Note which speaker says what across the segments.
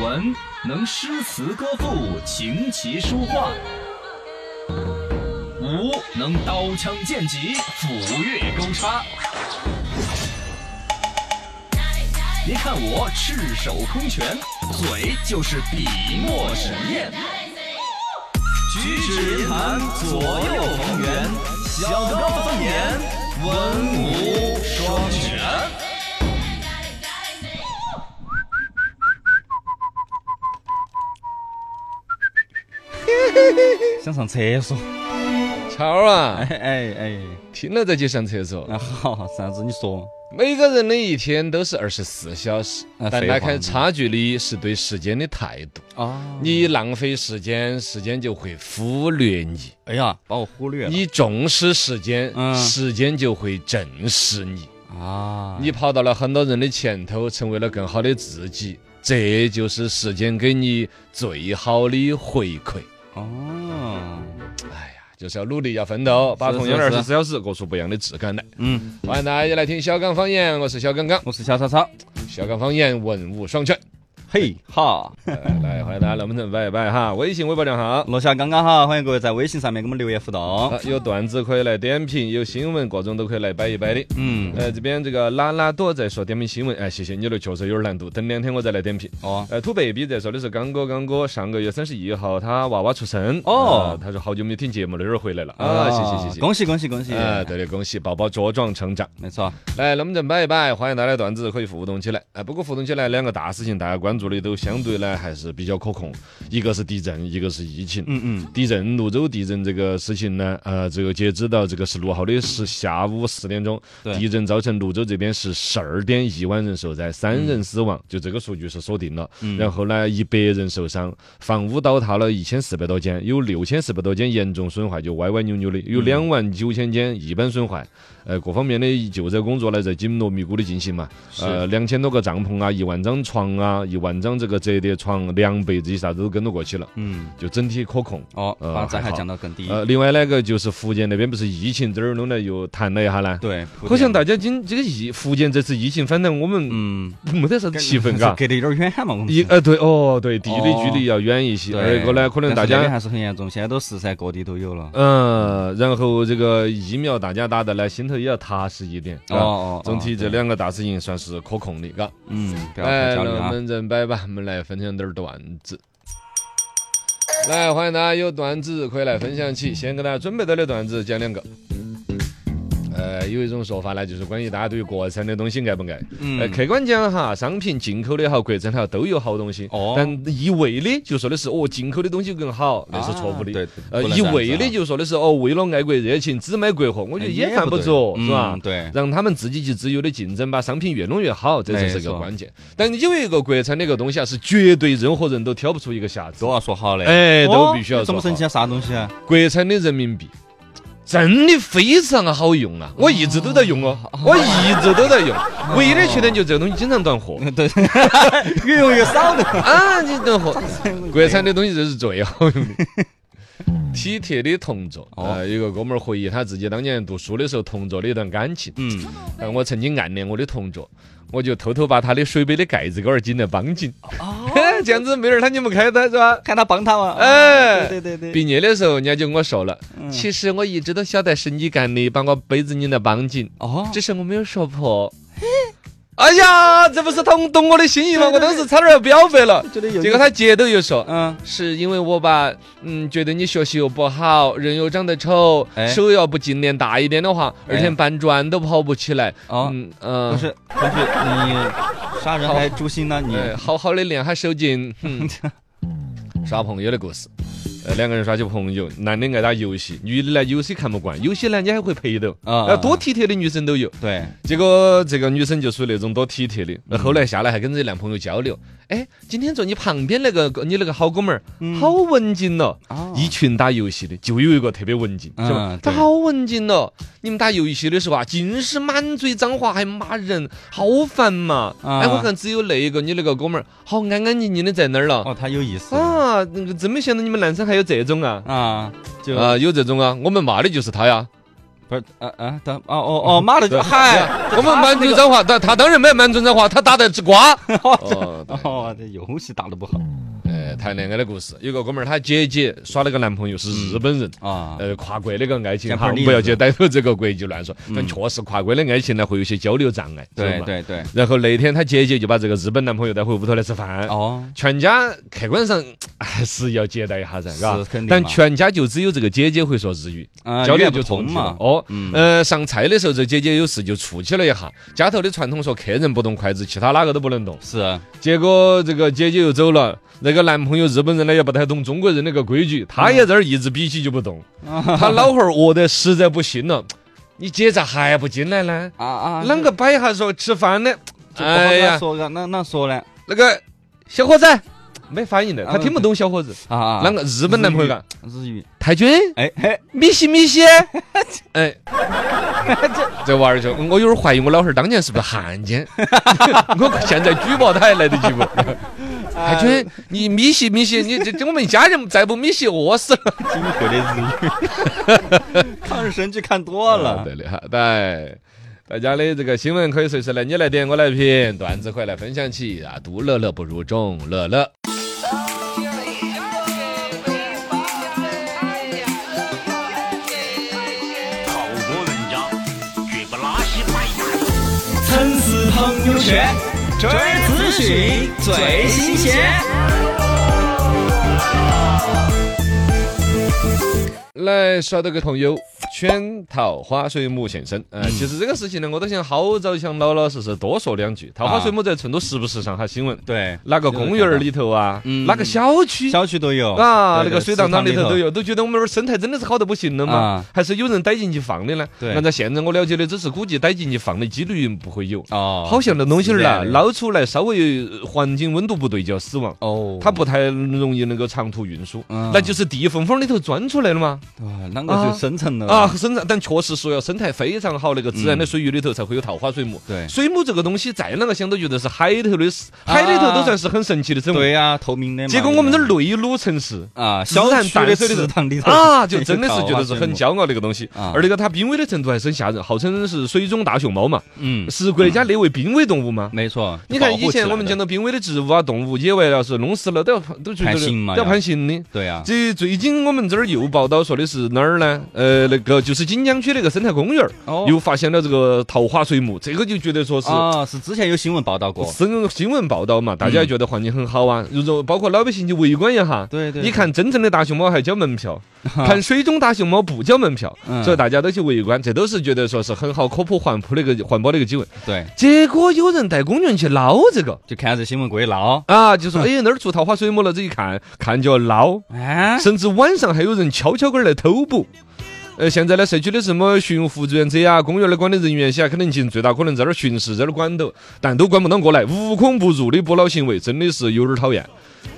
Speaker 1: 文，能诗词歌赋、琴棋书画；武能刀枪剑戟、斧钺钩叉。您看我赤手空拳，嘴就是笔墨神验，举止言谈左右逢源，小刚方言，文武双全。
Speaker 2: 想上厕所，
Speaker 3: 超儿啊，
Speaker 2: 哎哎哎，
Speaker 3: 听了再去上厕所。
Speaker 2: 那好，啥子你说？
Speaker 3: 每个人的一天都是二十四小时，
Speaker 2: 啊
Speaker 3: 但
Speaker 2: 废
Speaker 3: 那
Speaker 2: 话
Speaker 3: 看
Speaker 2: 嘛
Speaker 3: 差距的是对时间的态度。
Speaker 2: 啊，
Speaker 3: 你一浪费时间，时间就会忽略你；
Speaker 2: 哎呀，把我忽略了
Speaker 3: 你重视时间，
Speaker 2: 嗯
Speaker 3: 时间就会正视你。
Speaker 2: 啊！
Speaker 3: 你跑到了很多人的前头，成为了更好的自己，这就是时间给你最好的回馈。
Speaker 2: 哦，
Speaker 3: 哎呀，就是要努力，要奋斗，把同样的二十四小时过出不一样的质感来。
Speaker 2: 嗯，
Speaker 3: 欢迎大家来听小刚方言，我是小刚刚，
Speaker 2: 我是小草草，
Speaker 3: 小刚方言文武 双全。
Speaker 2: 嘿哈，
Speaker 3: 来哎来，欢迎大家能不能拜一拜哈？微信、微博账号。
Speaker 2: 落下刚刚好，欢迎各位在微信上面给我们留言互动。
Speaker 3: 啊，有段子可以来点评，有新闻各种都可以来摆一摆的。
Speaker 2: 嗯，
Speaker 3: 呃，这边这个拉拉多在说点评新闻，哎，谢谢你的确实有点难度，等两天我再来点评。
Speaker 2: 哦，
Speaker 3: 呃，土 baby 在说的是刚哥，刚哥上个月三十一号他娃娃出生
Speaker 2: 哦
Speaker 3: 啊他说好久没听节目了，一会儿回来了啊，
Speaker 2: 啊，
Speaker 3: 谢谢谢谢。
Speaker 2: 恭喜恭喜恭喜！
Speaker 3: 啊，对的，恭喜宝宝茁壮成长！
Speaker 2: 没错，
Speaker 3: 来，能不能摆一摆？欢迎大家的段子可以互动起来。哎，不过互动起来两个大事情，大家关注的都相对呢还是比较可控，一个是地震，一个是疫情。
Speaker 2: 嗯嗯，
Speaker 3: 地震，泸州地震这个事情呢，呃，这个截止到这个十六号的十下午四点钟，
Speaker 2: 对
Speaker 3: 地震造成泸州这边是十二点一万人受灾，三人死亡，就这个数据是锁定了。
Speaker 2: 嗯
Speaker 3: 然后呢，一百人受伤，房屋倒塌了一千四百多间，有六千四百多间严重损坏，就歪歪扭扭的，有两万九千间一般损坏。呃，各方面的救灾工作呢，在紧锣密鼓的进行嘛。呃，两千多个帐篷啊，一万张床啊，一万张这个折叠床、凉被这些啥子都跟着过去了，
Speaker 2: 嗯，
Speaker 3: 就整体可控。
Speaker 2: 哦，
Speaker 3: 呃
Speaker 2: 把灾害
Speaker 3: 还好
Speaker 2: 降到更低。
Speaker 3: 呃，另外那个就是福建那边不是疫情这儿弄来又谈了一下呢。
Speaker 2: 对，
Speaker 3: 好像大家今这个疫福建这次疫情，反正我们
Speaker 2: 嗯，
Speaker 3: 没得啥子 气氛，嘎。
Speaker 2: 隔得有点远嘛，我们
Speaker 3: 一哎
Speaker 2: 是
Speaker 3: 呃对哦对，地理
Speaker 2: 哦
Speaker 3: 距离要远一些。二
Speaker 2: 对
Speaker 3: 一个呢，可能
Speaker 2: 但
Speaker 3: 大
Speaker 2: 是那边
Speaker 3: 家
Speaker 2: 还是很严重，现在都四散各地都有了。
Speaker 3: 嗯，然后这个疫苗大家打的呢，心头也要踏实一点。
Speaker 2: 哦
Speaker 3: 啊，
Speaker 2: 哦，
Speaker 3: 总体这呃
Speaker 2: 两，
Speaker 3: 两个大事情算是可控的，嘎。
Speaker 2: 嗯，不要
Speaker 3: 来，
Speaker 2: 太焦
Speaker 3: 让
Speaker 2: 虑
Speaker 3: 我
Speaker 2: 啊。
Speaker 3: 们人摆吧，我们来分享点儿段子。来，欢迎大家有段子可以来分享起。先给大家准备到的段子讲两个。呃，有一种说法呢，就是关于大家对于国产的东西爱不爱。呃，
Speaker 2: 嗯，
Speaker 3: 客观讲哈，商品进口的也好，国产的也好，都有好东西。
Speaker 2: 哦
Speaker 3: 但一味的就说的是哦，进口的东西更好，那是错误的。
Speaker 2: 啊对，
Speaker 3: 呃，一
Speaker 2: 啊
Speaker 3: 味的就说的是哦，为了爱国热情，只卖国货，我
Speaker 2: 我
Speaker 3: 觉得也犯不着，是吧？
Speaker 2: 嗯对，
Speaker 3: 让他们自己去自由的竞争，把商品越弄越好，这才是个
Speaker 2: 没错
Speaker 3: 关键。但有一个国产的一个东西啊，是绝对任何人都挑不出一个瑕疵
Speaker 2: 都。要说好嘞。
Speaker 3: 哎，都
Speaker 2: 哦
Speaker 3: 必须要
Speaker 2: 这
Speaker 3: 说
Speaker 2: 么
Speaker 3: 好
Speaker 2: 神。奇啊？啥东西 啊？
Speaker 3: 国产的人民币真的非常好用啊！我一直都在用哦，我一直都在用。
Speaker 2: 哦
Speaker 3: 唯一的缺点就是这个东西经常断货
Speaker 2: 对，越用越少的。
Speaker 3: 啊，你断 货。国产的东西这是最好用的。体贴的同桌，
Speaker 2: 哦
Speaker 3: 呃，有个哥们儿回忆他自己当年读书的时候同桌的一段感情。
Speaker 2: 嗯，
Speaker 3: 呃，我曾经暗恋我的同桌，我就偷偷把他的水杯的盖子给儿紧来绑紧，
Speaker 2: 哦
Speaker 3: 这样子没人他拧不开的是吧？
Speaker 2: 看他帮他嘛。
Speaker 3: 哎
Speaker 2: 对对对对，
Speaker 3: 毕业的时候，人家就跟我说了，
Speaker 2: 嗯
Speaker 3: 其实我一直都晓得是你干的，把我杯子拧来绑紧，
Speaker 2: 哦，
Speaker 3: 只是我没有说破。哎呀，这不是懂懂我的心意吗？我当时差点要表白了，
Speaker 2: 觉得有
Speaker 3: 结果他姐都又说。
Speaker 2: 嗯，
Speaker 3: 是因为我吧，嗯，觉得你学习又不好，人又长得丑，
Speaker 2: 哎
Speaker 3: 手要不劲练大一点的话，二
Speaker 2: 哎
Speaker 3: 天搬砖都跑不起来。
Speaker 2: 哦，
Speaker 3: 嗯嗯，
Speaker 2: 不是，不是你杀人还诛心呢？你
Speaker 3: 哎，好好的练下手劲，嗯哼耍朋友的故事。呃，两个人耍起朋友，男的爱打游戏，女的呢有些看不惯，有些呢你还会陪斗，
Speaker 2: 啊
Speaker 3: 呃，多体贴的女生都有。
Speaker 2: 对，
Speaker 3: 结果这个女生就属于那种多体贴的，那后来下来还跟这男朋友交流，哎，今天坐你旁边那个你那个好哥们儿，好文静嗯哦。
Speaker 2: 啊
Speaker 3: 一群打游戏的，就有一个特别文静，是吧
Speaker 2: 嗯？
Speaker 3: 他
Speaker 2: 对
Speaker 3: 好文静哦。你们打游戏的时候啊，尽是满嘴脏话，还骂人，好烦嘛！
Speaker 2: 啊
Speaker 3: 哎，我看只有那一个你那个哥们儿，好安安静静的在那儿了。
Speaker 2: 哦，他有意思
Speaker 3: 啊，那个真没想到你们男生还有这种啊！
Speaker 2: 啊，就
Speaker 3: 啊，有这种啊，我们骂的就是他呀。
Speaker 2: 不是啊啊，他哦哦 哦，骂的就
Speaker 3: 对
Speaker 2: 嗨，
Speaker 3: 我们满嘴脏话，但他当然没有满嘴脏话，他打的 是瓜。哦，对
Speaker 2: 哦，这游戏打的不好
Speaker 3: 呃，谈恋爱的故事，有个哥们儿，他姐姐耍了个男朋友是日本人。
Speaker 2: 啊，
Speaker 3: 呃，跨国那个爱情
Speaker 2: 讲
Speaker 3: 哈，
Speaker 2: 本地
Speaker 3: 不要
Speaker 2: 人嗯
Speaker 3: 去逮到这个国际乱说。但确实，跨国的爱情呢，会有些交流障碍，
Speaker 2: 对
Speaker 3: 是吧。
Speaker 2: 对对，
Speaker 3: 然后那天她姐姐就把这个日本男朋友带回屋头来吃饭，
Speaker 2: 哦，
Speaker 3: 全家客观上还是要接待一下噻，嘎
Speaker 2: 是肯定嘛
Speaker 3: 但全家就只有这个姐姐会说日语，
Speaker 2: 啊
Speaker 3: 交
Speaker 2: 语
Speaker 3: 流
Speaker 2: 言
Speaker 3: 就
Speaker 2: 不
Speaker 3: 重
Speaker 2: 通
Speaker 3: 启
Speaker 2: 嘛
Speaker 3: 了。哦
Speaker 2: 嗯，
Speaker 3: 呃，上菜的时候，这姐姐有事就出去了一下。家头的传统说客人不动筷子，其他哪个都不能动。
Speaker 2: 是
Speaker 3: 结果这个姐姐又走了，那个男朋友日本人呢也不太懂中国人那个规矩，
Speaker 2: 嗯
Speaker 3: 他也在那儿一直比起就不动。
Speaker 2: 啊
Speaker 3: 他老汉儿饿得实在不行了，你姐咋还不进来呢？
Speaker 2: 啊啊，
Speaker 3: 啷个摆一下说吃饭呢？
Speaker 2: 就不好
Speaker 3: 哎
Speaker 2: 那
Speaker 3: 呀，
Speaker 2: 说个那那说呢
Speaker 3: 那个小伙子没反应的，他听不懂小伙子。
Speaker 2: 啊嗯啊，嗯
Speaker 3: 啷个日本男朋友讲？
Speaker 2: 日语，
Speaker 3: 太君，
Speaker 2: 哎嘿，
Speaker 3: 米西米西， 哎，这娃儿就，嗯我有点怀疑我老汉儿当年是不是汉奸， 我现在举报他还来得及不？太君，你米西米西，你这这我们一家人再不米西饿死了。
Speaker 2: 金贵的日语， 抗日神剧看多了，
Speaker 3: 啊对的哈，对。大家的这个新闻可以随时来你来点，我来评，段子快来分享起啊！独乐乐不如众乐乐。
Speaker 1: 好多文章，举不拉稀卖参差朋友圈，追资讯最新鲜。
Speaker 3: 来刷到个朋友圈桃花水母现身，
Speaker 2: 嗯
Speaker 3: 呃，其实这个事情呢，我都想好早想老老实实多说两句。桃花水母在成都时不时上下新闻，
Speaker 2: 啊对，
Speaker 3: 哪个公园儿里头啊，
Speaker 2: 嗯
Speaker 3: 哪个小区
Speaker 2: 小区都有
Speaker 3: 啊，那
Speaker 2: 对
Speaker 3: 个
Speaker 2: 对
Speaker 3: 水塘塘里
Speaker 2: 池
Speaker 3: 头都有，都觉得我们这儿生态真的是好得不行了嘛
Speaker 2: 啊，
Speaker 3: 还是有人逮进去放的呢？
Speaker 2: 对
Speaker 3: 按照现在我了解的，只是估计逮进去放的几率不会有。
Speaker 2: 哦，
Speaker 3: 好像那东西儿
Speaker 2: 是这样
Speaker 3: 啊，
Speaker 2: 的
Speaker 3: 捞出来稍微呃环境温度不对就要死亡，
Speaker 2: 哦，
Speaker 3: 它不太容易能够长途运输，
Speaker 2: 嗯
Speaker 3: 那就是地缝缝里头钻出来了嘛。
Speaker 2: 啊，啷个就深层了
Speaker 3: 啊，？生态，但确实说要生态非常好，那个自然的水域里头才会有桃花水母。
Speaker 2: 嗯对
Speaker 3: 水母这个东西再啷个想都觉得是海里头的事，
Speaker 2: 啊
Speaker 3: 海里头都算是很神奇的生物。
Speaker 2: 对呀，透明的嘛。
Speaker 3: 结果我们这儿
Speaker 2: 对吧
Speaker 3: 内陆城市。
Speaker 2: 啊，
Speaker 3: 自
Speaker 2: 小
Speaker 3: 然
Speaker 2: 区
Speaker 3: 淡
Speaker 2: 的
Speaker 3: 水里头
Speaker 2: 池塘里头
Speaker 3: 啊，就真的是觉得是很
Speaker 2: 骄，
Speaker 3: 骄傲的一个东西，
Speaker 2: 啊
Speaker 3: 而那个它濒危的程度还是很吓人，号称是水中大熊猫嘛，
Speaker 2: 嗯，
Speaker 3: 是国家列为濒危动物嘛。
Speaker 2: 没错。
Speaker 3: 你看
Speaker 2: 保护
Speaker 3: 以
Speaker 2: 起
Speaker 3: 前
Speaker 2: 来
Speaker 3: 我们
Speaker 2: 的
Speaker 3: 讲，到濒危的植物啊、动物，野外要是弄死了都要都觉得
Speaker 2: 判刑嘛
Speaker 3: 都要
Speaker 2: 要
Speaker 3: 判刑的。
Speaker 2: 对啊呀，
Speaker 3: 这啊最近我们这儿又报道说的是哪儿呢？呃，那个就是锦江区那个生态公园儿，
Speaker 2: 哦
Speaker 3: 又发现了这个桃花水母，这个就觉得说是。
Speaker 2: 啊，是之前有新闻报道过，
Speaker 3: 新新闻报道嘛，大家也觉得环境很好啊，如果包括老百姓去围观一下。
Speaker 2: 哦对对
Speaker 3: 你看真正的大熊猫还交门票，
Speaker 2: 哈
Speaker 3: 看水中大熊猫不交门票，
Speaker 2: 嗯
Speaker 3: 所以大家都去围观，这都是觉得说是很好科普环保的一个环保的一个机会。
Speaker 2: 对，
Speaker 3: 结果有人带公园去捞这个
Speaker 2: 就看这新闻过去闹，
Speaker 3: 啊，就说哎那儿出桃花水母了，这一看看就要捞，
Speaker 2: 哎，
Speaker 3: 甚至晚上还有人悄悄个儿来偷捕。呃，现在呢，社区的什么巡护志愿者啊、公园的管理人员些啊，可能尽最大可能在那儿巡视，在那儿管到，但都管不到过来，无孔不入的捕捞行为，真的是有点儿讨厌。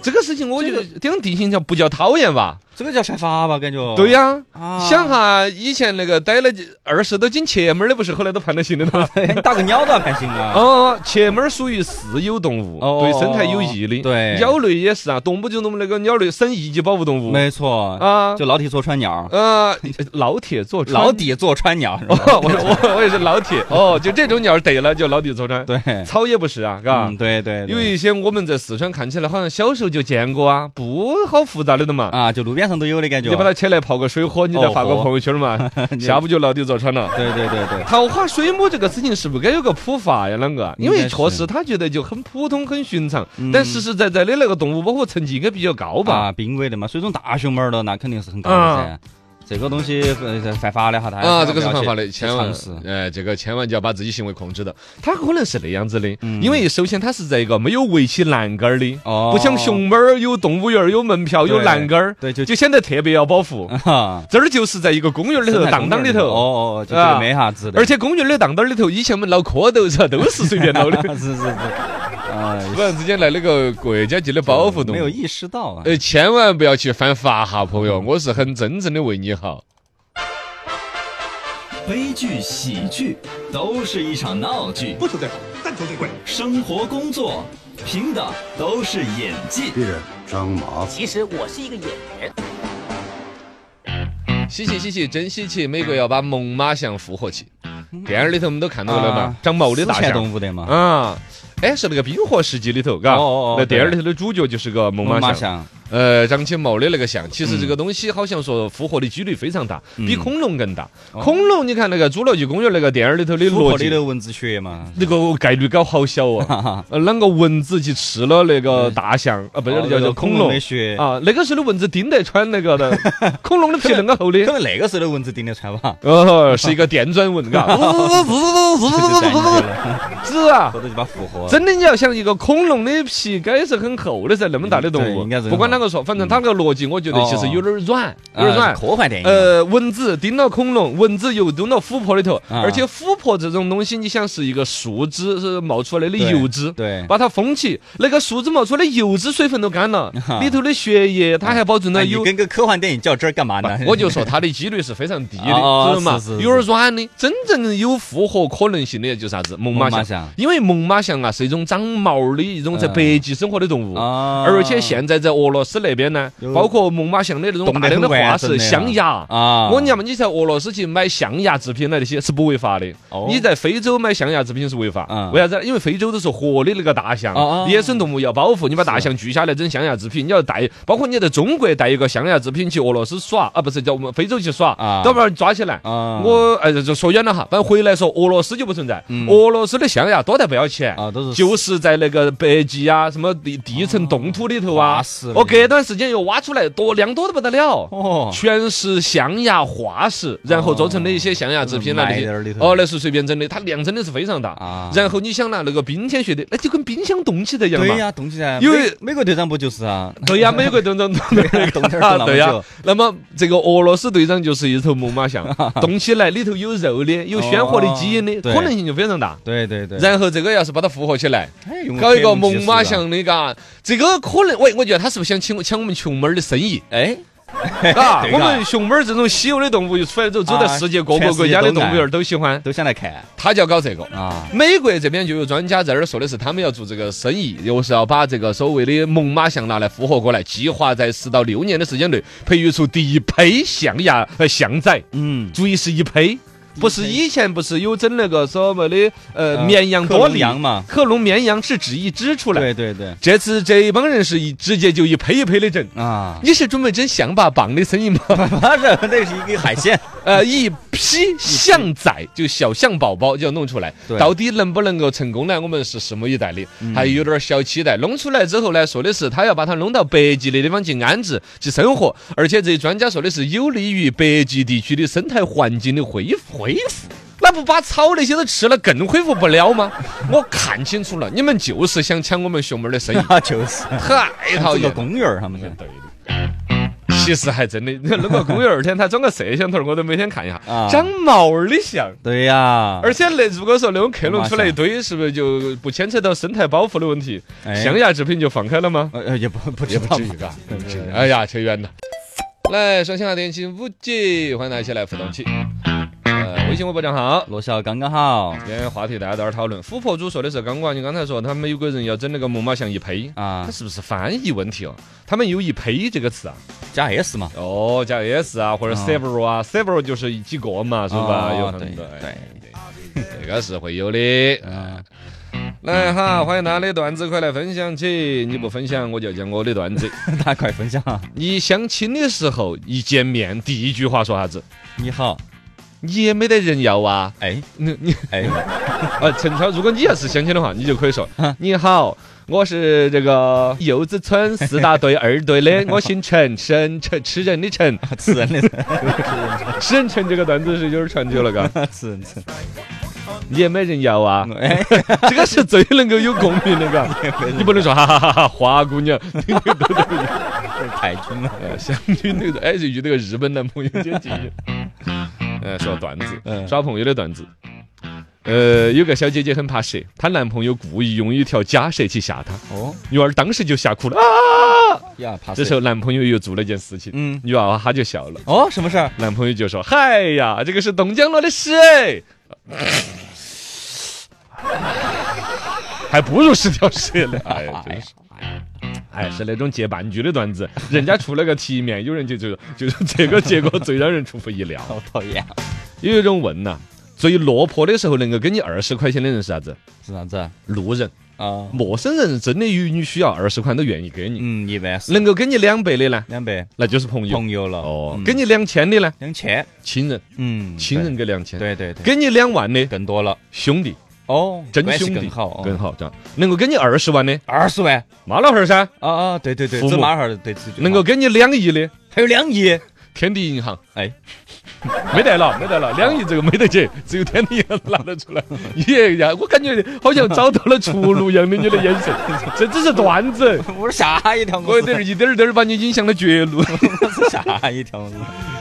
Speaker 3: 这个事情，我觉得这种定性叫不叫讨厌吧？
Speaker 2: 这个叫犯法吧？感觉
Speaker 3: 对，呀、
Speaker 2: 啊
Speaker 3: 想哈，以前那个逮了几二十多斤茄猫儿的，不是后来都判了刑的 吗？
Speaker 2: 哎你打个鸟都要判刑 啊！
Speaker 3: 哦，茄猫儿属于私有动物，
Speaker 2: 哦
Speaker 3: 对生态有益的。
Speaker 2: 对
Speaker 3: 鸟类也是啊，动不就我们那个鸟类省一级保护动物
Speaker 2: 没错，
Speaker 3: 哦啊。
Speaker 2: 就老铁坐船鸟，
Speaker 3: 呃，老铁坐船
Speaker 2: 老底坐船鸟是吧？
Speaker 3: 哦， 我我我也是老铁哦，就这种鸟逮了就老底坐穿，
Speaker 2: 对，
Speaker 3: 草也不 是啊，嘎
Speaker 2: 嗯，。对对，对
Speaker 3: 有一些我们在四川看起来好像小时候就见过啊，不好复杂的的嘛。
Speaker 2: 啊，就路边上都有的感觉，
Speaker 3: 你把它切来泡个水喝，你再发个朋友 圈嘛，下不就老底坐穿了。
Speaker 2: 对对对对，
Speaker 3: 桃花水母这个事情是不是该有个普法呀？啷个？因
Speaker 2: 应
Speaker 3: 为
Speaker 2: 该是
Speaker 3: 确实他觉得就很普通、很寻常
Speaker 2: 嗯，
Speaker 3: 但实实在在的那个动物保护层级应该比较高吧？啊
Speaker 2: 啊，濒危的嘛，水中大熊猫儿的那肯定是很高的噻。这个东西呃犯法的哈，它
Speaker 3: 啊，这个是犯法的，
Speaker 2: 去
Speaker 3: 千万
Speaker 2: 尝试，
Speaker 3: 哎，这个千万就要把自己行为控制到。他可能是那样子的，
Speaker 2: 嗯
Speaker 3: 因为首先他是在一个没有围起栏杆儿的，
Speaker 2: 哦，
Speaker 3: 不像熊猫儿有动物园儿有门票有
Speaker 2: 对
Speaker 3: 栏杆儿，
Speaker 2: 对就
Speaker 3: 就显得特别要保护。
Speaker 2: 啊，
Speaker 3: 这儿就是在一个公园儿里头，荡荡里
Speaker 2: 哦
Speaker 3: 头，
Speaker 2: 哦，哦就觉得没啥子的，，
Speaker 3: 而且公园儿的荡荡里头，以前我们捞蝌蚪是吧都 是随便捞的
Speaker 2: 是是是，啊，
Speaker 3: 突然之间来了个国家级的保护动
Speaker 2: 没有
Speaker 3: 物。
Speaker 2: 意识到啊，
Speaker 3: 呃，千万不要去犯法哈，朋友，我是很真正的为你好。
Speaker 1: 悲剧、喜剧，都是一场闹剧。不求最好，但求最贵。生活、工作，凭的都是演技。
Speaker 4: 别人张麻子。
Speaker 5: 其实我是一个演员。
Speaker 3: 稀奇稀奇，真稀奇！美国要把猛犸象 复活起，电影里头我们都看到了嘛
Speaker 2: 啊，
Speaker 3: 长毛的大
Speaker 2: 死前
Speaker 3: 象
Speaker 2: 动物的嘛，
Speaker 3: 啊，哎，是那个《冰河世纪》里头，嘎
Speaker 2: 哦哦哦，
Speaker 3: 那电影里头的主角就是个猛犸
Speaker 2: 犸
Speaker 3: 象，
Speaker 2: 象，
Speaker 3: 呃，长起毛的那个象。其实这个东西好像说复活的几率非常大，比
Speaker 2: 嗯
Speaker 3: 恐龙更大。
Speaker 2: 哦
Speaker 3: 恐龙，你看那个《侏罗纪公园》那个电影里头的
Speaker 2: 琥
Speaker 3: 逻
Speaker 2: 珀里
Speaker 3: 辑，
Speaker 2: 的蚊子血 嘛，
Speaker 3: 那个概率高好小
Speaker 2: 哈
Speaker 3: 啊。
Speaker 2: 哈，
Speaker 3: 呃，啷个蚊子去吃了那个大象啊？
Speaker 2: 哦
Speaker 3: 不是，那叫叫恐龙
Speaker 2: 的血，
Speaker 3: 啊。那个时候的蚊子叮得穿那个 的，恐龙的皮恁个厚的
Speaker 2: 可。能那个时候的蚊子叮得穿吧，
Speaker 3: 哦，是一个电钻蚊，嘎，
Speaker 2: 就是站起来 了，
Speaker 3: 是啊
Speaker 2: 后。头就把它复活了。
Speaker 3: 真的，你要想一个恐龙的皮，该是很厚的噻，那么大的动
Speaker 2: 对
Speaker 3: 物
Speaker 2: 应该是，很
Speaker 3: 不管啷个说，反正它那个逻辑，我觉得其实有点软，有点
Speaker 2: 啊
Speaker 3: 软。
Speaker 2: 科幻电影，
Speaker 3: 呃，蚊子叮到恐龙，蚊子又叮到琥珀里头，
Speaker 2: 啊
Speaker 3: 而且琥珀这种东西，你想是一个树枝是冒出来的
Speaker 2: 对
Speaker 3: 油脂，
Speaker 2: 对，啊
Speaker 3: 把它封起，那个树枝冒出来的油脂水分都干了，里头的血液它还保存
Speaker 2: 哎
Speaker 3: 了
Speaker 2: 你
Speaker 3: 有。
Speaker 2: 跟个科幻电影较真儿干嘛 呢？
Speaker 3: 我就说它的几率是非常低的，
Speaker 2: 哦
Speaker 3: 知道嘛
Speaker 2: 是是？是
Speaker 3: 有点软的，真正有复活可能性的就是啥子猛
Speaker 2: 猛
Speaker 3: 犸
Speaker 2: 犸
Speaker 3: 象。
Speaker 2: 象
Speaker 3: 因为猛犸象啊是一种长毛的一种在
Speaker 2: 嗯
Speaker 3: 北极生活的动物。
Speaker 2: 啊
Speaker 3: 而且现在在俄罗斯那边呢
Speaker 2: 有，
Speaker 3: 包括猛犸象的那种
Speaker 2: 懂
Speaker 3: 大
Speaker 2: 得很
Speaker 3: 量的
Speaker 2: 完
Speaker 3: 化
Speaker 2: 整的
Speaker 3: 石、象牙
Speaker 2: 啊，
Speaker 3: 我讲嘛，你在俄罗斯去买象牙制品那那些是不违法的
Speaker 2: 哦，
Speaker 3: 你在非洲买象牙制品是违法
Speaker 2: 嗯。
Speaker 3: 为啥子？因为非洲都是活的那个大象
Speaker 2: 哦哦，
Speaker 3: 野生动物要保护，你把大象锯下来整象牙制品，你要带，包括你在中国带一个象牙制品去俄罗斯耍啊，不是叫我们非洲去耍
Speaker 2: 啊，
Speaker 3: 都把人抓起来。
Speaker 2: 啊，
Speaker 3: 我哎，这说远了哈，反正回来说俄罗斯就不存在，俄罗斯的象牙多得不要钱
Speaker 2: 嗯啊都是
Speaker 3: 就是在那个北极啊，什么地地层冻土里头
Speaker 2: 化
Speaker 3: 啊
Speaker 2: 石，
Speaker 3: 哦，隔段时间又挖出来，多量多的不得了。
Speaker 2: 哦，
Speaker 3: 全是象牙化石，然后做成的一些象牙制品啦那
Speaker 2: 埋嗯在那儿里
Speaker 3: 些，
Speaker 2: 头
Speaker 3: 哦，那是随便整的，它量真的是非常
Speaker 2: 啊
Speaker 3: 大。然后你想啦，那个冰天雪地，那就跟冰箱冻起来一样
Speaker 2: 对
Speaker 3: 嘛。
Speaker 2: 呀，动起来，
Speaker 3: 因为
Speaker 2: 美美国队长不就是 啊？
Speaker 3: 对呀，美国队长
Speaker 2: 冻起来
Speaker 3: 啊对
Speaker 2: 呀
Speaker 3: 呀，，那么这个俄罗斯队长就是一头猛 犸象，冻起来里头有肉的，有鲜活的基因的
Speaker 2: 哦，对
Speaker 3: 可能性就非常大。
Speaker 2: 对对对，
Speaker 3: 然后这个要是把它复活起来，
Speaker 2: 哎用
Speaker 3: 搞一个
Speaker 2: 天幕
Speaker 3: 猛
Speaker 2: 技术
Speaker 3: 犸
Speaker 2: 啊，
Speaker 3: 象的，嘎，这个可能，喂，我觉得他是不是想抢抢我们熊猫儿的生意？
Speaker 2: 哎，
Speaker 3: 嘎，
Speaker 2: 对
Speaker 3: 我
Speaker 2: 嘎
Speaker 3: 们熊猫儿这种稀有的动物出来之后，走在
Speaker 2: 啊
Speaker 3: 世界各
Speaker 2: 全
Speaker 3: 个
Speaker 2: 世
Speaker 3: 国
Speaker 2: 界
Speaker 3: 家的
Speaker 2: 都
Speaker 3: 动
Speaker 2: 爱
Speaker 3: 物园儿都喜欢，
Speaker 2: 都想来看
Speaker 3: 他就要搞这个。
Speaker 2: 啊，
Speaker 3: 美国这边就有专家在那儿说的是，他们要做这个生意，又是要把这个所谓的猛犸象拿来复活过来，计划在十到六年的时间内培育出第一批象牙呃象仔，
Speaker 2: 嗯，
Speaker 3: 注意是一批，不是以前不是有整那个所谓的呃
Speaker 2: 呃
Speaker 3: 绵羊
Speaker 2: 克
Speaker 3: 多
Speaker 2: 隆
Speaker 3: 利
Speaker 2: 羊嘛
Speaker 3: 克隆绵羊是指一只出来，
Speaker 2: 对对对
Speaker 3: 这次这一帮人是一直接就一批一批的整。
Speaker 2: 啊，
Speaker 3: 你是准备整象拔蚌的生意吗？
Speaker 2: 他是那是一个海鲜，
Speaker 3: 呃，一批象仔，就小象宝宝就要弄出来
Speaker 2: 对，，
Speaker 3: 到底能不能够成功呢？我们是拭目以待的，还有点儿小期待。弄出来之后呢，说的是他要把它弄到北极那地方去安置、去生活，而且这些专家说的是有利于北极地区的生态环境的恢复。恢复。那不把草那些都吃了，更恢复不了吗？我看清楚了，你们就是想抢我们熊猫的生意
Speaker 2: 啊，就是
Speaker 3: 太讨
Speaker 2: 这个
Speaker 3: 厌了。
Speaker 2: 公园儿他们是
Speaker 3: 嗯对的。其实还真的，那个公园二天他装个摄像头，我都每天看一下
Speaker 2: 啊，
Speaker 3: 长毛儿的象。
Speaker 2: 对呀，
Speaker 3: 而且那如果说那种克隆出来一堆，是不是就不牵扯到生态保护的问题？
Speaker 2: 哎
Speaker 3: 象牙制品就放开了吗？
Speaker 2: 呃呃也不不知道
Speaker 3: 至于嘎，哎呀，扯远了。来，双向电信五 G，欢迎大家一起来互动起。呃，微信微博账号。
Speaker 2: 罗小刚刚好
Speaker 3: 今天话题大家都在讨论，琥珀主说的是刚刚你刚才说他们有个人要整那个猛犸象一胚，
Speaker 2: 啊
Speaker 3: 他，是不是翻译问题哦？他们有一胚这个词啊？
Speaker 2: 加 S 嘛，
Speaker 3: 哦，加 S 啊，或者
Speaker 2: 啊
Speaker 3: several 啊，several 就是几个嘛，是吧？
Speaker 2: 哦
Speaker 3: 有很多，
Speaker 2: 对嗯
Speaker 3: 哎对，这个是会有的。啊来哈，欢迎大家的段子快来分享起，你不分享我就讲我的段 子。
Speaker 2: 大家快分享啊！
Speaker 3: 你相亲的时候一见面，第一句话说啥子？
Speaker 2: 你好，
Speaker 3: 你也没得人要啊！
Speaker 2: 哎
Speaker 3: 你你
Speaker 2: 哎，
Speaker 3: 啊，陈超，如果你要是相亲的话，你就可以说：
Speaker 2: 啊
Speaker 3: 你好，我是这个柚子村四大队二队的， 我姓陈，陈陈吃人的陈，
Speaker 2: 吃人的
Speaker 3: 吃人陈这个段子是有点传久了，嘎。
Speaker 2: 吃人吃，，
Speaker 3: 你也没人要啊
Speaker 2: 哎，
Speaker 3: 这个是最能够有共鸣的， 嘎。你不能说哈哈哈哈花姑娘，
Speaker 2: 太君了，
Speaker 3: 呃相亲那个，哎，就遇那个日本男朋友接近。 呃，说段子，
Speaker 2: 嗯
Speaker 3: 耍朋友的段子。呃，有个小姐姐很怕蛇，她男朋友故意用一条假蛇去吓她，
Speaker 2: 哦
Speaker 3: 女儿当时就吓哭了啊！
Speaker 2: 呀，怕
Speaker 3: 这时候男朋友又做了一件事情，
Speaker 2: 嗯
Speaker 3: 女娃娃她就笑了，
Speaker 2: 哦，什么事儿？
Speaker 3: 男朋友就说：“嗨呀，这个是东江罗的蛇哎，哎还不如是条蛇呢。”哎呀，真是。哎，是那种借半句的段子，人家出了个题面，有人就就就是这个结果最让人出乎意料。
Speaker 2: 好讨厌，啊
Speaker 3: 有一种问呐、最落魄的时候能够给你二十块钱的人是啥子？
Speaker 2: 是啊啥子啊？
Speaker 3: 路人，陌生人真的有你需要二十块都愿意给你，
Speaker 2: 嗯，一般是
Speaker 3: 能够给你两百的呢，
Speaker 2: 两百
Speaker 3: 那就是朋友。
Speaker 2: 朋友了，
Speaker 3: 哦
Speaker 2: 嗯，
Speaker 3: 给你两千的呢，
Speaker 2: 两千，
Speaker 3: 亲人，
Speaker 2: 嗯，
Speaker 3: 亲人给两千。
Speaker 2: 对，对对对，
Speaker 3: 给你两万的
Speaker 2: 更多了
Speaker 3: 兄弟，
Speaker 2: 哦，
Speaker 3: 真
Speaker 2: 关系
Speaker 3: 兄弟
Speaker 2: 更好，
Speaker 3: 更好，这样能够给你二十万的
Speaker 2: 二十万
Speaker 3: 妈老汉儿噻，
Speaker 2: 啊啊，对对对，
Speaker 3: 父母
Speaker 2: 走马儿对自己
Speaker 3: 能够给你两亿的
Speaker 2: 还有两 亿，
Speaker 3: 天地银行，
Speaker 2: 哎，
Speaker 3: 没得了，没得了，两亿这个没得去，只有天地银行拿得出来。耶呀，我感觉好像找到了出路一样的，你的眼神，这只是段子。
Speaker 2: 我是吓一跳，
Speaker 3: 我
Speaker 2: 我
Speaker 3: 有点儿一点儿点儿把你引向了绝路。
Speaker 2: 我是吓一跳，我是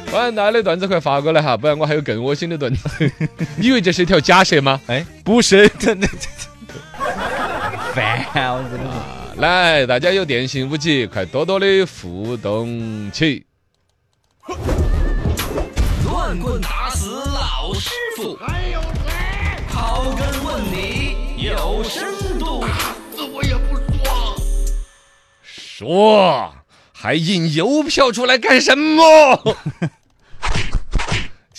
Speaker 3: 把大家的段子快发过来哈，不然我还有更恶心的段子。你以为这是一条假设吗？
Speaker 2: 哎，
Speaker 3: 不是。
Speaker 2: 真的真的烦，我真的是。
Speaker 3: 来，大家有电信五 G，快多多的互动起。
Speaker 1: 乱棍打死老师傅，还有谁？刨根问底有深度。
Speaker 3: 说，还印邮票出来干什么？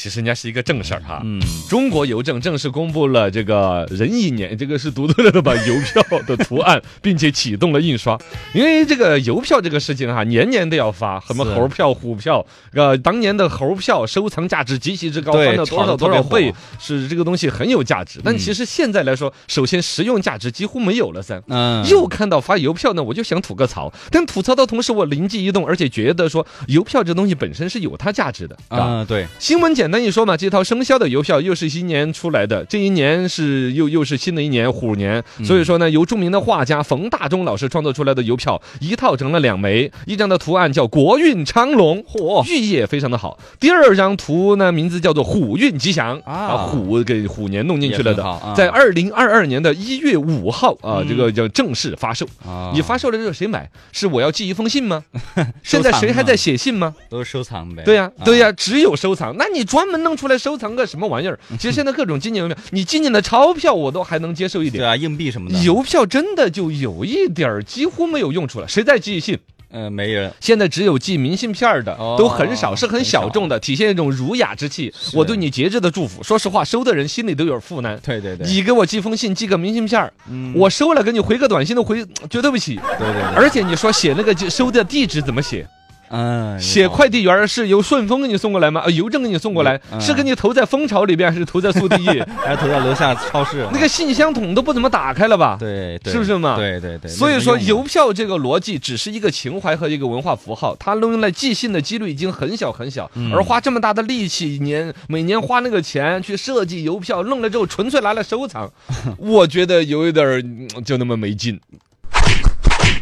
Speaker 3: 其实人家是一个正事儿哈。
Speaker 2: 嗯，
Speaker 3: 中国邮政正式公布了这个壬寅年，这个是读对了的吧？邮票的图案，并且启动了印刷。因为这个邮票这个事情哈、年年都要发，什么
Speaker 2: 是
Speaker 3: 猴票、虎票，呃，当年的猴票收藏价值极其之高，
Speaker 2: 对
Speaker 3: 翻了多
Speaker 2: 炒
Speaker 3: 少
Speaker 2: 得
Speaker 3: 多
Speaker 2: 特别
Speaker 3: 少倍
Speaker 2: 火，嗯
Speaker 3: 是这个东西很有价值。但其实现在来说，首先实用价值几乎没有了噻。
Speaker 2: 嗯，
Speaker 3: 又看到发邮票呢，我就想吐个槽。但吐槽的同时，我灵机一动，而且觉得说邮票这东西本身是有它价值的啊。
Speaker 2: 啊，对，
Speaker 3: 新闻简单一说嘛，这套生肖的邮票又是新年出来的，这一年是又又是新的一年虎年，
Speaker 2: 嗯
Speaker 3: 所以说呢，由著名的画家冯大中老师创作出来的邮票，一套整了两枚，一张的图案叫国运昌隆，嚯，寓意也非常的好。第二张图呢，名字叫做虎运吉祥
Speaker 2: 啊
Speaker 3: 把虎给虎年弄进去了
Speaker 2: 也很好
Speaker 3: 的
Speaker 2: 啊，
Speaker 3: 在二零二二年的一月五号啊，
Speaker 2: 嗯
Speaker 3: 这个叫正式发售。
Speaker 2: 啊
Speaker 3: 你发售了之后谁买？是我要寄一封 信吗？
Speaker 2: 收
Speaker 3: 现在
Speaker 2: 藏
Speaker 3: 谁
Speaker 2: 哎
Speaker 3: 还
Speaker 2: 嘛
Speaker 3: 在写信吗？
Speaker 2: 都是收藏呗。啊
Speaker 3: 对呀、对呀、只有收藏。那你专门弄出来收藏个什么玩 意儿？其实现在各种纪念邮票，你纪念的钞票我都还能接受一
Speaker 2: 对
Speaker 3: 点。
Speaker 2: 啊，硬币什么的，
Speaker 3: 邮票真的就有一点儿几乎没有用处了，谁在寄信？
Speaker 2: 呃，没人
Speaker 3: 现在只有寄明信片儿的
Speaker 2: 哦
Speaker 3: 都很少，是很
Speaker 2: 很少
Speaker 3: 小众的，体现一种儒雅之气。我对你节制的祝福，说实话，收的人心里都有点负担。
Speaker 2: 对对对，
Speaker 3: 你给我寄封信，寄个明信片儿
Speaker 2: 嗯
Speaker 3: 我收了，给你回个短信都回，就对不起。
Speaker 2: 对对对，
Speaker 3: 而且你说写那个收的地址怎么写？
Speaker 2: 嗯，
Speaker 3: 写
Speaker 2: 有
Speaker 3: 快递员儿是由顺丰给你送过来吗？呃，邮政给你送过来，
Speaker 2: 嗯
Speaker 3: 是给你投在蜂巢里边，还是投在速递？
Speaker 2: 还投到楼下超市
Speaker 3: 那个信箱桶都不怎么打开了吧？。
Speaker 2: 对，对
Speaker 3: 是不是嘛
Speaker 2: 对对对，
Speaker 3: 所以
Speaker 2: 没什
Speaker 3: 说，
Speaker 2: 么
Speaker 3: 邮
Speaker 2: 用嘛
Speaker 3: 票这个逻辑只是一个情怀和一个文化符号，它用来寄信的几率已经很小很小，
Speaker 2: 嗯
Speaker 3: 而花这么大的力气，年每年花那个钱去设计邮票，弄了之后纯粹拿来 收藏，我觉得有一点儿嗯就那么没劲。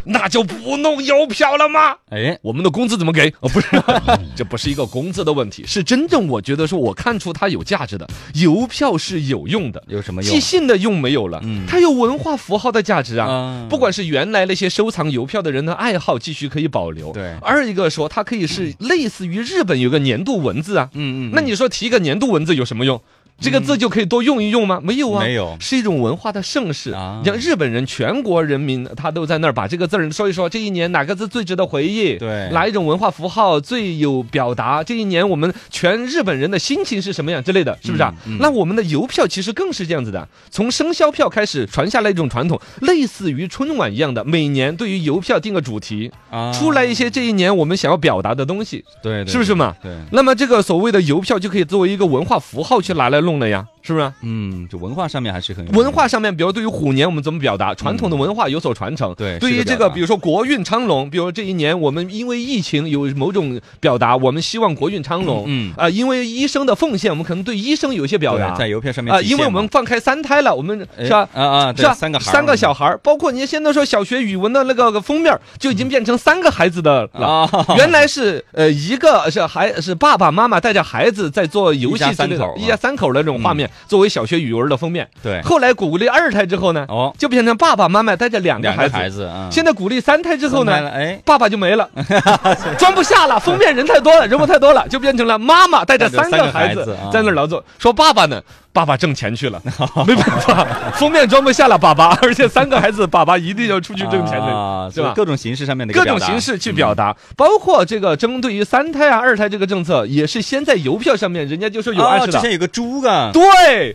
Speaker 3: 那就不弄邮票了吗？
Speaker 2: 哎，
Speaker 3: 我们的工资怎么给？哦，不是， 这不是一个工资的问题，是真正我觉得说，我看出它有价值的邮票是有用的，
Speaker 2: 有什么用
Speaker 3: 寄？信的用没有了，它有文化符号的价值啊
Speaker 2: 嗯。
Speaker 3: 不管是原来那些收藏邮票的人的爱好，继续可以保留。
Speaker 2: 对
Speaker 3: 二一个说它可以是类似于日本有个年度文字啊，
Speaker 2: 嗯嗯，
Speaker 3: 那你说提一个年度文字有什么用？这个字就可以多用一用吗？没有
Speaker 2: 嗯
Speaker 3: 啊，
Speaker 2: 没有
Speaker 3: 是一种文化的盛世
Speaker 2: 啊
Speaker 3: 像日本人，全国人民他都在那儿把这个字儿说一说，这一年哪个字最值得回忆？
Speaker 2: 对
Speaker 3: 哪一种文化符号最有表达？这一年我们全日本人的心情是什么样之类的，是不是啊？
Speaker 2: 嗯
Speaker 3: 那我们的邮票其实更是这样子的，从生肖票开始传下来一种传统，类似于春晚一样的，每年对于邮票定个主题，
Speaker 2: 啊
Speaker 3: 出来一些这一年我们想要表达的东西。
Speaker 2: 对，对
Speaker 3: 是不是嘛？
Speaker 2: 对，
Speaker 3: 那么这个所谓的邮票就可以作为一个文化符号去拿来弄了呀，是不是啊？
Speaker 2: 嗯，就文化上面还是很有
Speaker 3: 文化上面，比如对于虎年我们怎么表达，传统的文化有所传承。
Speaker 2: 对
Speaker 3: 对
Speaker 2: 是
Speaker 3: 于
Speaker 2: 个
Speaker 3: 这
Speaker 2: 表
Speaker 3: 个，
Speaker 2: 达
Speaker 3: 比如说国运昌隆，比如这一年我们因为疫情有某种表达，我们希望国运昌隆。
Speaker 2: 嗯嗯
Speaker 3: 啊，因为医生的奉献，我们可能对医生有一些表
Speaker 2: 对
Speaker 3: 达。
Speaker 2: 在邮票上面
Speaker 3: 啊，
Speaker 2: 体
Speaker 3: 因为
Speaker 2: 现
Speaker 3: 我们
Speaker 2: 嘛
Speaker 3: 放开三胎了，我们
Speaker 2: 哎
Speaker 3: 是吧？
Speaker 2: 啊啊，
Speaker 3: 是
Speaker 2: 对
Speaker 3: 吧？
Speaker 2: 三个孩儿
Speaker 3: 三
Speaker 2: 嘛
Speaker 3: 个
Speaker 2: 啊
Speaker 3: 小孩儿，包括你现在说小学语文的那个封面儿，就已经变成三个孩子的了。
Speaker 2: 啊，
Speaker 3: 原来是呃一个是孩是爸爸妈妈带着孩子在做游戏
Speaker 2: 一家
Speaker 3: 之
Speaker 2: 三
Speaker 3: 类的
Speaker 2: 口，啊嗯
Speaker 3: 一家三口的那种画面，作为小学语文的封面。
Speaker 2: 对，
Speaker 3: 后来鼓励二胎之后呢，
Speaker 2: 哦，
Speaker 3: 就变成爸爸妈妈带着两个
Speaker 2: 两
Speaker 3: 孩
Speaker 2: 个
Speaker 3: 子。
Speaker 2: 孩子啊，
Speaker 3: 现在鼓励三胎之后
Speaker 2: 分开了
Speaker 3: 呢，
Speaker 2: 哎，
Speaker 3: 爸爸就没 了，装不下了，封面人太多了，人物太多了，就变成了妈妈带着
Speaker 2: 带着
Speaker 3: 三
Speaker 2: 三个
Speaker 3: 个孩
Speaker 2: 孩子
Speaker 3: 子
Speaker 2: 啊
Speaker 3: 在那儿劳作。说爸爸呢，爸爸挣钱 去了，没办法，封面装不下了，爸爸，而且三个孩子，爸爸一定要出去挣钱
Speaker 2: 啊
Speaker 3: 的，是
Speaker 2: 所以
Speaker 3: 吧？
Speaker 2: 各种形式上面的一个
Speaker 3: 各种
Speaker 2: 表达嗯
Speaker 3: 形式去表达，包括这个针对于三胎啊、二胎这个政策，也是先在邮票上面人家就说有暗
Speaker 2: 啊，
Speaker 3: 示
Speaker 2: 之
Speaker 3: 的。
Speaker 2: 前有个猪啊，
Speaker 3: 对，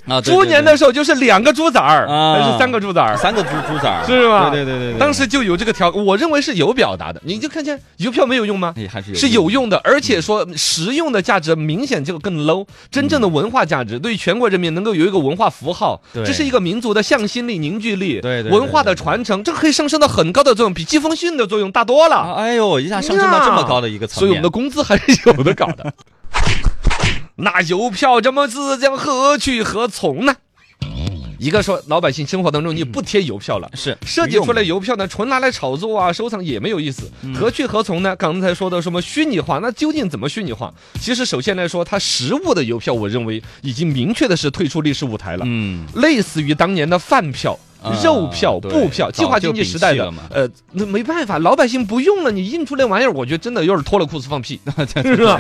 Speaker 2: 啊对对
Speaker 3: 猪年的时候就是两个猪崽儿，
Speaker 2: 啊
Speaker 3: 还是三个猪崽儿，
Speaker 2: 三个猪猪崽儿，
Speaker 3: 是吗？
Speaker 2: 对对对对对，
Speaker 3: 当时就有这个条，我认为是有表达的。你就看见邮票没有用吗？
Speaker 2: 哎还是
Speaker 3: 是有用的，而且说实用的价值明显就更 low。真正的文化价值，对于全国人民能够有一个文化符号，
Speaker 2: 嗯对
Speaker 3: 这是一个民族的向心力、凝聚力，
Speaker 2: 对对对
Speaker 3: 文化的传承，这可以上升到很高的作用，比季风信的作用大多了
Speaker 2: 啊。哎呦，一下上升到这么高的一个
Speaker 3: 所
Speaker 2: 层
Speaker 3: 以我
Speaker 2: 面
Speaker 3: 们的，工资还是有的搞的。那邮票这么字将何去何从呢？一个说老百姓生活当中你不贴邮票了。
Speaker 2: 是
Speaker 3: 设计出来邮票呢，纯拿来炒作啊、收藏也没有意思，何去何从呢？刚才说的什么虚拟化，那究竟怎么虚拟化？其实首先来说，它实物的邮票，我认为已经明确的是退出历史舞台了。
Speaker 2: 嗯，
Speaker 3: 类似于当年的饭票
Speaker 2: 啊、
Speaker 3: 肉票、
Speaker 2: 对
Speaker 3: 布票，计划经济时
Speaker 2: 早
Speaker 3: 代
Speaker 2: 就摒弃了
Speaker 3: 的
Speaker 2: 嘛，
Speaker 3: 呃，那没办法，老百姓不用了，你印出来玩意儿，我觉得真的有点脱了裤子放 屁。
Speaker 2: 是
Speaker 3: 吧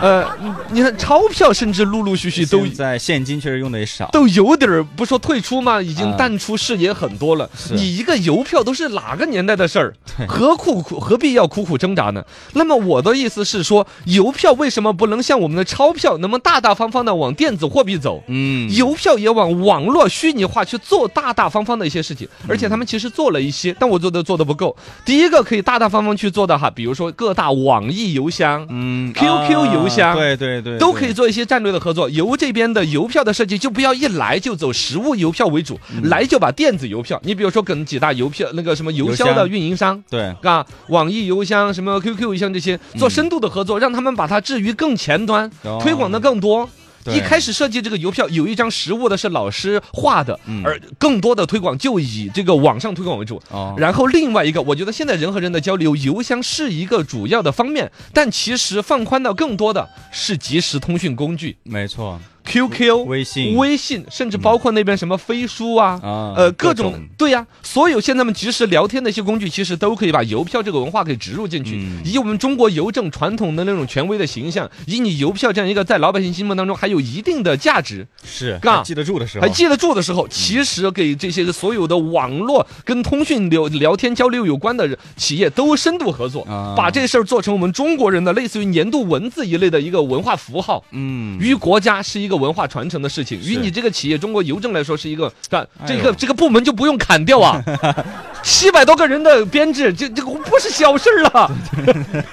Speaker 3: 呃，你看钞票，甚至陆陆续续都
Speaker 2: 在现金确实用的也少，
Speaker 3: 都有点儿，不说退出嘛，已经
Speaker 2: 啊
Speaker 3: 淡出视野很多了。
Speaker 2: 是
Speaker 3: 你一个邮票都是哪个年代的事儿？何苦苦何必要苦苦挣扎呢？那么我的意思是说，邮票为什么不能像我们的钞票那么大大方方的往电子货币走？
Speaker 2: 嗯，
Speaker 3: 邮票也往网络虚拟化去做大大方方的一些事情，
Speaker 2: 嗯
Speaker 3: 而且他们其实做了一些，但我做的做的不够。第一个可以大大方方去做的哈，比如说各大网易邮箱。
Speaker 2: 嗯
Speaker 3: QQ
Speaker 2: 啊
Speaker 3: 邮箱
Speaker 2: 对对对，
Speaker 3: 都可以做一些战略的合作。邮这边的邮票的设计就不要一来就走实物邮票为主，
Speaker 2: 嗯
Speaker 3: 来就把电子邮票。你比如说跟几大邮票那个什么邮
Speaker 2: 邮
Speaker 3: 箱
Speaker 2: 箱
Speaker 3: 的运营商。
Speaker 2: 对。
Speaker 3: 啊，网易邮箱、什么 QQ 邮箱这些
Speaker 2: 嗯
Speaker 3: 做深度的合作，让他们把它置于更前端，
Speaker 2: 哦
Speaker 3: 推广的更多。
Speaker 2: 对
Speaker 3: 一开始设计这个邮票，有一张实物的是老师画的，
Speaker 2: 嗯
Speaker 3: 而更多的推广就以这个网上推广为主。
Speaker 2: 哦
Speaker 3: 然后另外一个，我觉得现在人和人的交流，邮箱是一个主要的方面，但其实放宽到更多的是即时通讯工具
Speaker 2: 没错
Speaker 3: QQ、
Speaker 2: 微信
Speaker 3: 微信，甚至包括那边什么飞书啊。
Speaker 2: 啊，
Speaker 3: 呃，各种对呀、所有现在我们即时聊天的一些工具，其实都可以把邮票这个文化给植入进去，
Speaker 2: 嗯
Speaker 3: 以我们中国邮政传统的那种权威的形象，以你邮票这样一个在老百姓心目当中还有一定的价值，
Speaker 2: 是
Speaker 3: 嘎
Speaker 2: 还记得住的时候，
Speaker 3: 还记得住的时候，其实给这些所有的网络跟通讯流聊天交流有关的人企业都深度合作
Speaker 2: 啊，
Speaker 3: 把这事儿做成我们中国人的类似于年度文字一类的一个文化符号。
Speaker 2: 嗯，
Speaker 3: 于国家是一个文化传承的事情，于
Speaker 2: 是
Speaker 3: 你这个企业中国邮政来说是一个，干这
Speaker 2: 哎呦
Speaker 3: 个这个部门就不用砍掉啊， 七百多个人的编制，这这个不是小事 儿了。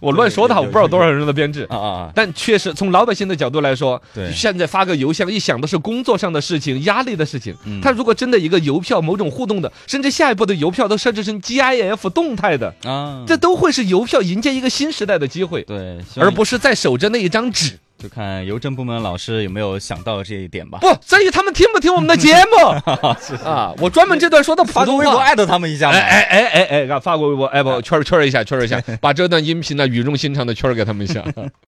Speaker 3: 我乱说的哈，我不知道多少人的编制
Speaker 2: 啊啊，
Speaker 3: 但确实从老百姓的角度来说，
Speaker 2: 对
Speaker 3: 现在发个邮箱一想都是工作上的事情、压力的事情。
Speaker 2: 嗯
Speaker 3: 他如果真的一个邮票某种互动的，甚至下一步的邮票都设置成 GIF 动态的，
Speaker 2: 啊啊，
Speaker 3: 这都会是邮票迎接一个新时代的机会，
Speaker 2: 对，希望
Speaker 3: 而不是在守着那一张纸。
Speaker 2: 就看邮政部门老师有没有想到这一点吧。
Speaker 3: 不在于他们听不听我们的节目 啊！我专门这段说的普
Speaker 2: 发个
Speaker 3: 通
Speaker 2: 微博
Speaker 3: 话。
Speaker 2: 艾特他们一下
Speaker 3: 哎
Speaker 2: 嘛。
Speaker 3: 哎哎哎哎，啊发过微博，哎不，圈儿圈儿一下，圈儿一下，把这段音频呢语重心长的圈儿给他们一下。